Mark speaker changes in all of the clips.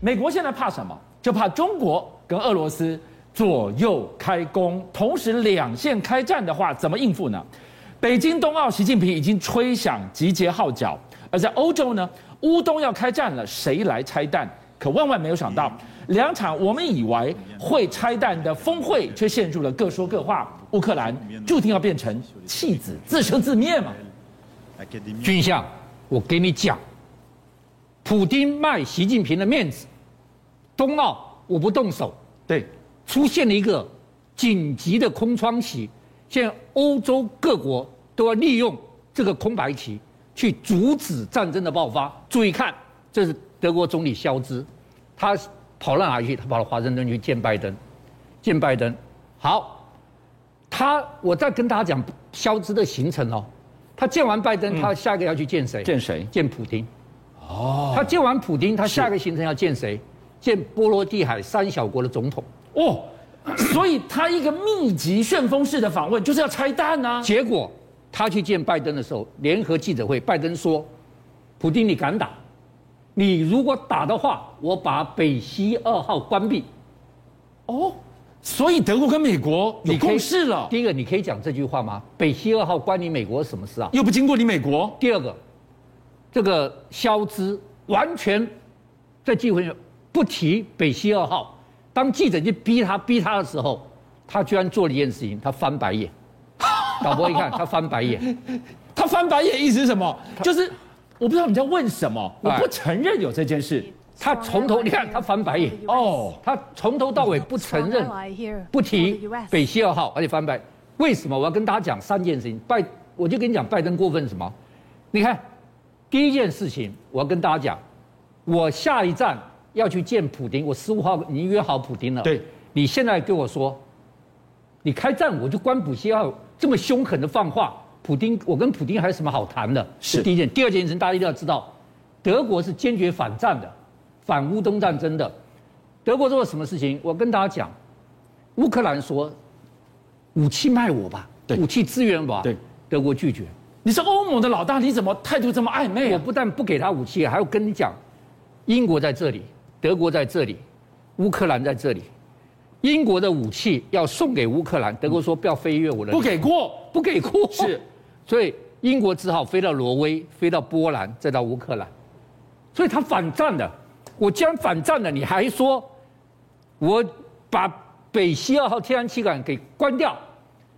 Speaker 1: 美国现在怕什么？就怕中国跟俄罗斯左右开弓，同时两线开战的话，怎么应付呢？北京冬奥，习近平已经吹响集结号角，而在欧洲呢，乌东要开战了，谁来拆弹？可万万没有想到，两场我们以为会拆弹的峰会，却陷入了各说各话。乌克兰注定要变成弃子，自生自灭嘛。
Speaker 2: 军相，我给你讲，普京卖习近平的面子，冬奥我不动手，
Speaker 1: 对，
Speaker 2: 出现了一个紧急的空窗期，现在欧洲各国都要利用这个空白期去阻止战争的爆发。注意看，这是德国总理肖兹，他跑到哪里去？他跑到华盛顿去见拜登，见拜登。好，他我再跟大家讲肖兹的行程哦，他见完拜登，他下一个要去见谁？
Speaker 1: 嗯见谁？
Speaker 2: 见普京。哦，他见完普京，他下个行程要见谁？见波罗的海三小国的总统。
Speaker 1: 哦，所以他一个密集旋风式的访问，就是要拆弹啊。
Speaker 2: 结果他去见拜登的时候，联合记者会，拜登说：“普京，你敢打？你如果打的话，我把北溪二号关闭。
Speaker 1: 哦，所以德国跟美国有
Speaker 2: 你可以
Speaker 1: 共识了，
Speaker 2: 第一个，你可以讲这句话吗？北溪二号关你美国什么事啊？
Speaker 1: 又不经过你美国，
Speaker 2: 第二个，这个肖兹完全在记者会上不提北溪二号。当记者去逼他逼他的时候，他居然做了一件事情，他翻白眼。导播一看，他翻白眼。
Speaker 1: 他翻白眼意思是什么？就是我不知道你在问什么，我
Speaker 2: 哎
Speaker 1: 不承认有这件事。
Speaker 2: 他从头，你看他翻白眼
Speaker 1: 哦，
Speaker 2: 他从头到尾不承认，不提北溪二号，而且翻白。为什么？我要跟大家讲三件事情。拜，我就跟你讲，拜登过分什么？你看，第一件事情，我要跟大家讲，我下一站要去见普京，我十五号已经约好普京了。
Speaker 1: 对，
Speaker 2: 你现在跟我说，你开战我就关普西号，这么凶狠的放话，普丁，我跟普丁还有什么好谈的？
Speaker 1: 是
Speaker 2: 这第一件，第二件事大家一定要知道，德国是坚决反战的，反乌东战争的。德国做了什么事情？我跟大家讲，乌克兰说，武器卖我吧，
Speaker 1: 对
Speaker 2: 武器支援我吧，
Speaker 1: 对，
Speaker 2: 德国拒绝。
Speaker 1: 你是欧盟的老大，你怎么态度这么暧昧
Speaker 2: 我
Speaker 1: 啊？
Speaker 2: 不但不给他武器，还要跟你讲，英国在这里，德国在这里，乌克兰在这里。英国的武器要送给乌克兰，德国说不要飞越我的，
Speaker 1: 不给过，
Speaker 2: 不给过。
Speaker 1: 是，
Speaker 2: 所以英国只好飞到挪威，飞到波兰，再到乌克兰。所以他反战的，我既然反战了，你还说我把北溪二号天然气管给关掉。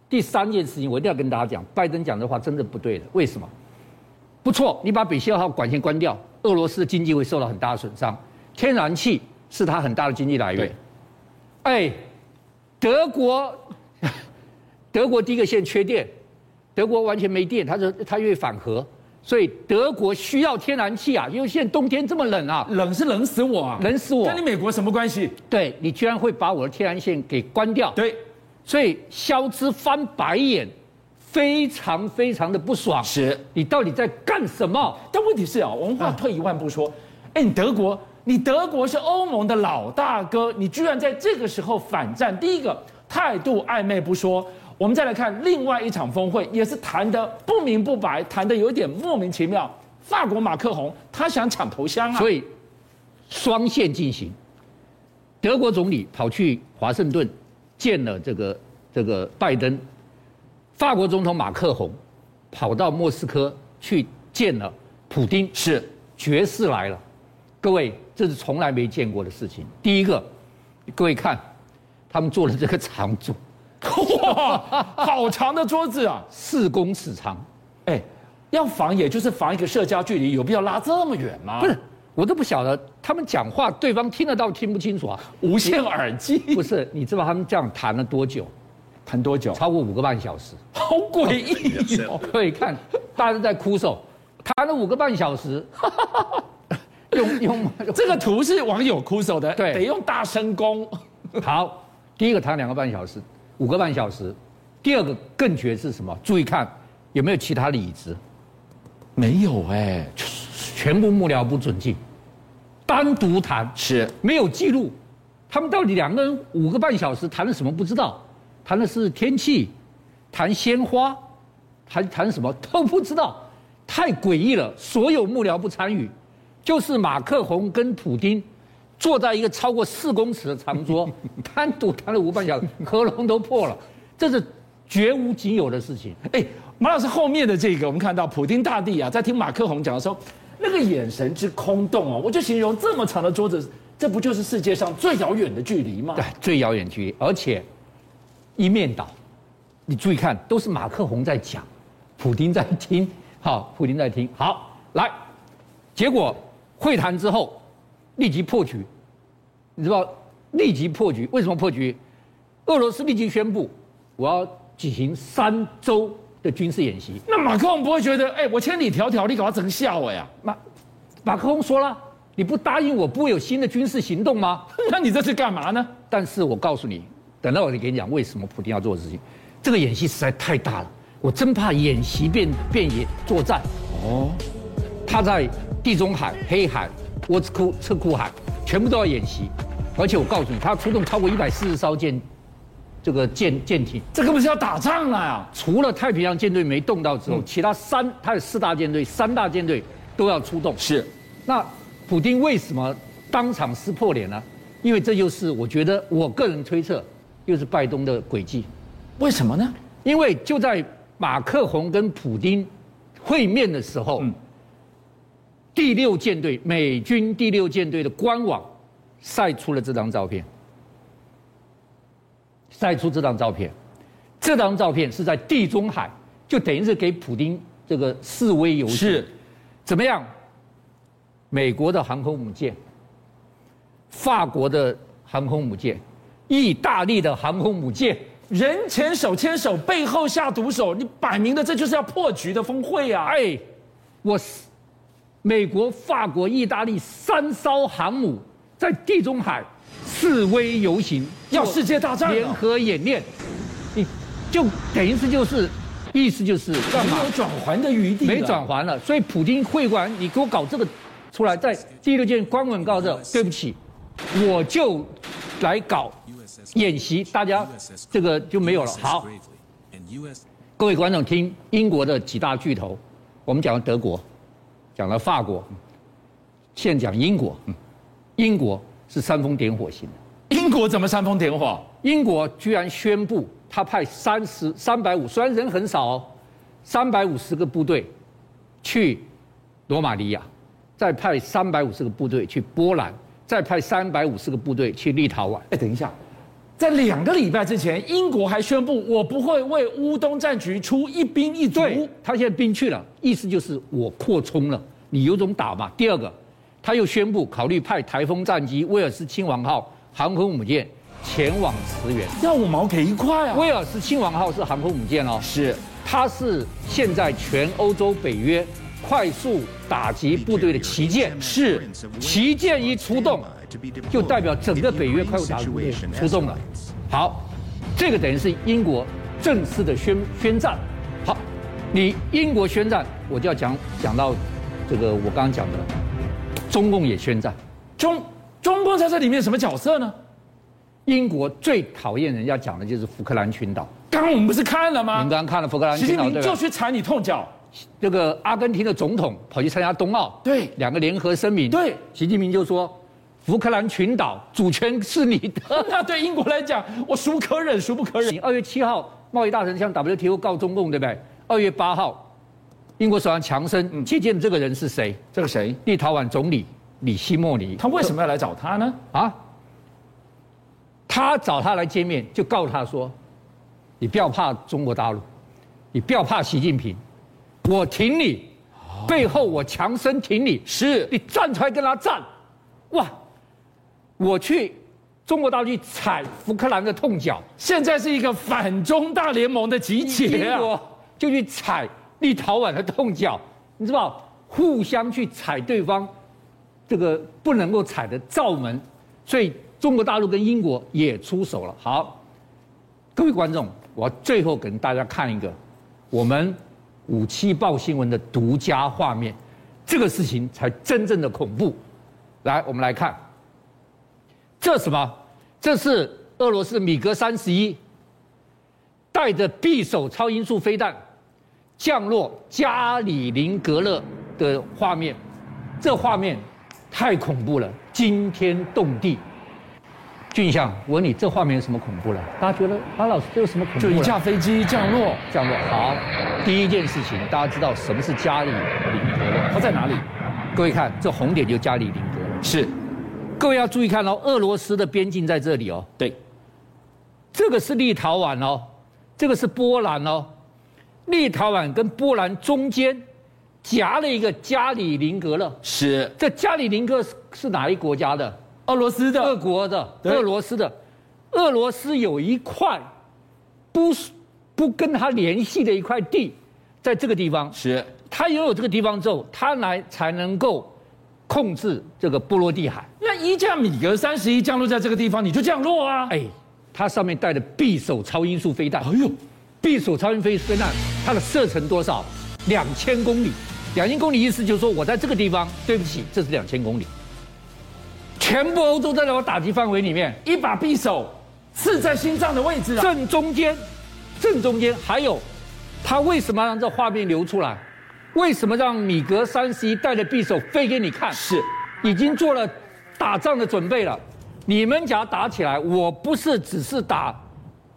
Speaker 2: 第三件事情，我一定要跟大家讲，拜登讲的话真的不对的。为什么？不错，你把北溪二号管线关掉，俄罗斯的经济会受到很大的损伤。天然气是它很大的经济来源
Speaker 1: 对。
Speaker 2: 哎，德国， 德国第一个县缺电，德国完全没电，他说他越反核，所以德国需要天然气啊，因为现在冬天这么冷啊，
Speaker 1: 冷是冷死我啊，
Speaker 2: 冷死我
Speaker 1: 跟你美国什么关系？
Speaker 2: 对你居然会把我的天然气给关掉，
Speaker 1: 对，
Speaker 2: 所以肖兹翻白眼，非常非常的不爽。
Speaker 1: 是
Speaker 2: 你到底在干什么？
Speaker 1: 但问题是啊，文
Speaker 2: 嗯
Speaker 1: 化退一万步说，哎，你德国，你德国是欧盟的老大哥，你居然在这个时候反战，第一个态度暧昧不说。我们再来看另外一场峰会，也是谈的不明不白，谈的有点莫名其妙。法国马克宏他想抢头香啊，
Speaker 2: 所以双线进行。德国总理跑去华盛顿见了这个这个拜登，法国总统马克宏跑到莫斯科去见了普京，
Speaker 1: 是
Speaker 2: 爵士来了。各位，这是从来没见过的事情。第一个，各位看，他们做了这个长桌，
Speaker 1: 哇，好长的桌子啊！
Speaker 2: 四公尺长，
Speaker 1: 哎，要防也就是防一个社交距离，有必要拉这么远吗？
Speaker 2: 不是，我都不晓得他们讲话对方听得到听不清楚啊？
Speaker 1: 无线耳机，
Speaker 2: 不是，你知道他们这样谈了多久？
Speaker 1: 谈多久？
Speaker 2: 超过五个半小时。
Speaker 1: 好诡异哦！
Speaker 2: 各位看，大家都在哭手，谈了五个半小时，用用
Speaker 1: 这个图是网友哭手的，
Speaker 2: 对
Speaker 1: 得用大声公。
Speaker 2: 好，第一个谈两个半小时，五个半小时，第二个更绝是什么？注意看有没有其他的椅子，
Speaker 1: 没有哎，
Speaker 2: 全部幕僚不准进，单独谈
Speaker 1: 是
Speaker 2: 没有记录，他们到底两个人五个半小时谈了什么不知道，谈的是天气，谈鲜花，谈谈什么都不知道，太诡异了。所有幕僚不参与，就是马克宏跟普京坐在一个超过四公尺的长桌， 单独谈了五半小时，喉咙都破了，这是绝无仅有的事情。
Speaker 1: 哎，马老师后面的这个，我们看到普丁大帝啊，在听马克宏讲的时候，那个眼神之空洞哦，我就形容这么长的桌子，这不就是世界上最遥远的距离吗？
Speaker 2: 对，哎最遥远距离，而且一面倒。你注意看，都是马克宏在讲，普京在听。好，普京在听。好，来，结果会谈之后立即破局，你知道立即破局？为什么破局？俄罗斯立即宣布，我要举行三周的军事演习。
Speaker 1: 那马克宏不会觉得，哎，我千里迢迢，你搞到整吓我呀？
Speaker 2: 马马克宏说了，你不答应我，不会有新的军事行动吗？
Speaker 1: 那你这是干嘛呢？
Speaker 2: 但是我告诉你，等到我给你讲为什么普京要做的事情。这个演习实在太大了，我真怕演习变变野作战。
Speaker 1: 哦，
Speaker 2: 他在地中海、黑海、沃兹库、赤库海全部都要演习，而且我告诉你，他出动超过一百四十艘舰，这个舰舰艇。
Speaker 1: 这根本是要打仗了呀！
Speaker 2: 除了太平洋舰队没动到之后，其他三他有四大舰队，三大舰队都要出动。
Speaker 1: 是，
Speaker 2: 那普京为什么当场撕破脸呢？因为这就是我觉得我个人推测，又是拜登的诡计。
Speaker 1: 为什么呢？
Speaker 2: 因为就在马克宏跟普京会面的时候，
Speaker 1: 嗯
Speaker 2: 第六舰队美军第六舰队的官网晒出了这张照片，晒出这张照片，这张照片是在地中海，就等于是给普京这个示威游行。
Speaker 1: 是，
Speaker 2: 怎么样？美国的航空母舰、法国的航空母舰、意大利的航空母舰。
Speaker 1: 人前手牵手，背后下毒手，你摆明的这就是要破局的峰会啊！
Speaker 2: 哎，我是美国、法国、意大利三艘航母在地中海示威游行，
Speaker 1: 要
Speaker 2: 做
Speaker 1: 世界大战了
Speaker 2: 联合演练，你就等于是就是意思就是干嘛
Speaker 1: 没有转圜的余地，
Speaker 2: 没转。还了，所以普京会馆，你给我搞这个出来，在第六件官文告这，对不起，我就来搞演习，大家这个就没有了。好，各位观众听英国的几大巨头，我们讲了德国，讲了法国，现在讲英国，嗯英国是煽风点火型的。
Speaker 1: 英国怎么煽风点火？
Speaker 2: 英国居然宣布，他派三十三百五，虽然人很少、哦，三百五十个部队去罗马尼亚，再派三百五十个部队去波兰，再派三百五十个部队去立陶宛。
Speaker 1: 哎，等一下，在两个礼拜之前，英国还宣布我不会为乌东战局出一兵一卒。
Speaker 2: 对，他现在兵去了，意思就是我扩充了，你有种打嘛。第二个，他又宣布考虑派台风战机、威尔斯亲王号航空母舰前往驰援。
Speaker 1: 要五毛给一块啊！
Speaker 2: 威尔斯亲王号是航空母舰哦，
Speaker 1: 是
Speaker 2: 它是现在全欧洲北约快速打击部队的旗舰，
Speaker 1: 是
Speaker 2: 旗舰一出动，就代表整个北约快速打击部队出动了。好，这个等于是英国正式的宣宣战。好，你英国宣战，我就要讲讲到这个我刚刚讲的，中共也宣战。
Speaker 1: 中中共在这里面什么角色呢？
Speaker 2: 英国最讨厌人家讲的就是福克兰群岛，
Speaker 1: 刚刚我们不是看了
Speaker 2: 你们
Speaker 1: 吗
Speaker 2: 刚？刚看了福克兰
Speaker 1: 习
Speaker 2: 群
Speaker 1: 近
Speaker 2: 岛
Speaker 1: 平
Speaker 2: 对
Speaker 1: 就
Speaker 2: 吧？
Speaker 1: 去踩你痛脚，
Speaker 2: 这个阿根廷的总统跑去参加冬奥，
Speaker 1: 对
Speaker 2: 两个联合声明，
Speaker 1: 对
Speaker 2: 习近平就说，福克兰群岛主权是你 的。
Speaker 1: 那对英国来讲，我孰可忍，孰不可忍？
Speaker 2: 你二月七号贸易大臣向 WTO 告中共，对不对？二月八号，英国首相强
Speaker 1: 嗯
Speaker 2: 生接见的这个人是谁？
Speaker 1: 这个谁？
Speaker 2: 立陶宛总理里希莫尼
Speaker 1: 他为什么要来找他呢？
Speaker 2: 啊，他找他来见面，就告诉他说，你不要怕中国大陆，你不要怕习近平，我挺你，
Speaker 1: 哦
Speaker 2: 背后我强生挺你。
Speaker 1: 是
Speaker 2: 你站出来跟他站，哇！我去中国大陆去踩福克兰的痛脚，
Speaker 1: 现在是一个反中大联盟的集
Speaker 2: 英
Speaker 1: 结啊！
Speaker 2: 国就去踩立陶宛的痛脚，你知道，互相去踩对方这个不能够踩的罩门，所以中国大陆跟英国也出手了。好，各位观众，我要最后给大家看一个我们五七报新闻的独家画面，这个事情才真正的恐怖。来，我们来看，这什么？这是俄罗斯的米格三十一带着匕首超音速飞弹降落加里宁格勒的画面。这画面太恐怖了，惊天动地。俊相，我问你，这画面有什么恐怖了？大家觉得马老师这有什么恐怖
Speaker 1: 就
Speaker 2: 了？
Speaker 1: 一架飞机降落，
Speaker 2: 降落。好，第一件事情，大家知道什么是加里宁格勒？
Speaker 1: 它在哪里？
Speaker 2: 各位看，这红点就加里宁格勒。
Speaker 1: 是，
Speaker 2: 各位要注意看哦，俄罗斯的边境在这里哦，
Speaker 1: 对，
Speaker 2: 这个是立陶宛哦，这个是波兰哦，立陶宛跟波兰中间夹了一个加里宁格勒。
Speaker 1: 是
Speaker 2: 这加里宁格是是哪一国家的？
Speaker 1: 俄罗斯
Speaker 2: 俄
Speaker 1: 的，
Speaker 2: 国的，
Speaker 1: 对
Speaker 2: 俄罗斯的，俄罗斯有一块不是不跟它联系的一块地，在这个地方，
Speaker 1: 是
Speaker 2: 它拥有这个地方之后，它来才能够控制这个波罗的海。
Speaker 1: 那一架米格三十一降落在这个地方，你就降落啊！
Speaker 2: 哎，它上面带的匕首超音速飞弹，
Speaker 1: 哎呦，
Speaker 2: 匕首超音速飞弹它的射程多少？两千公里。两千公里意思就是说，我在这个地方，对不起，这是两千公里，全部欧洲都在我打击范围里面。
Speaker 1: 一把匕首刺在心脏的位置啊！
Speaker 2: 正中间，正中间还有，他为什么让这画面流出来？为什么让米格三十一带着匕首飞给你看？
Speaker 1: 是，
Speaker 2: 已经做了打仗的准备了。你们假如打起来，我不是只是打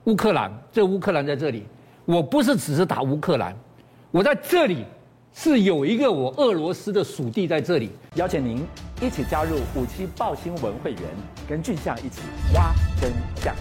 Speaker 2: 乌克兰，这乌克兰在这里，我不是只是打乌克兰，我在这里是有一个我俄罗斯的属地在这里。
Speaker 3: 邀请您一起加入五七报新闻会员，跟俊相一起挖真相。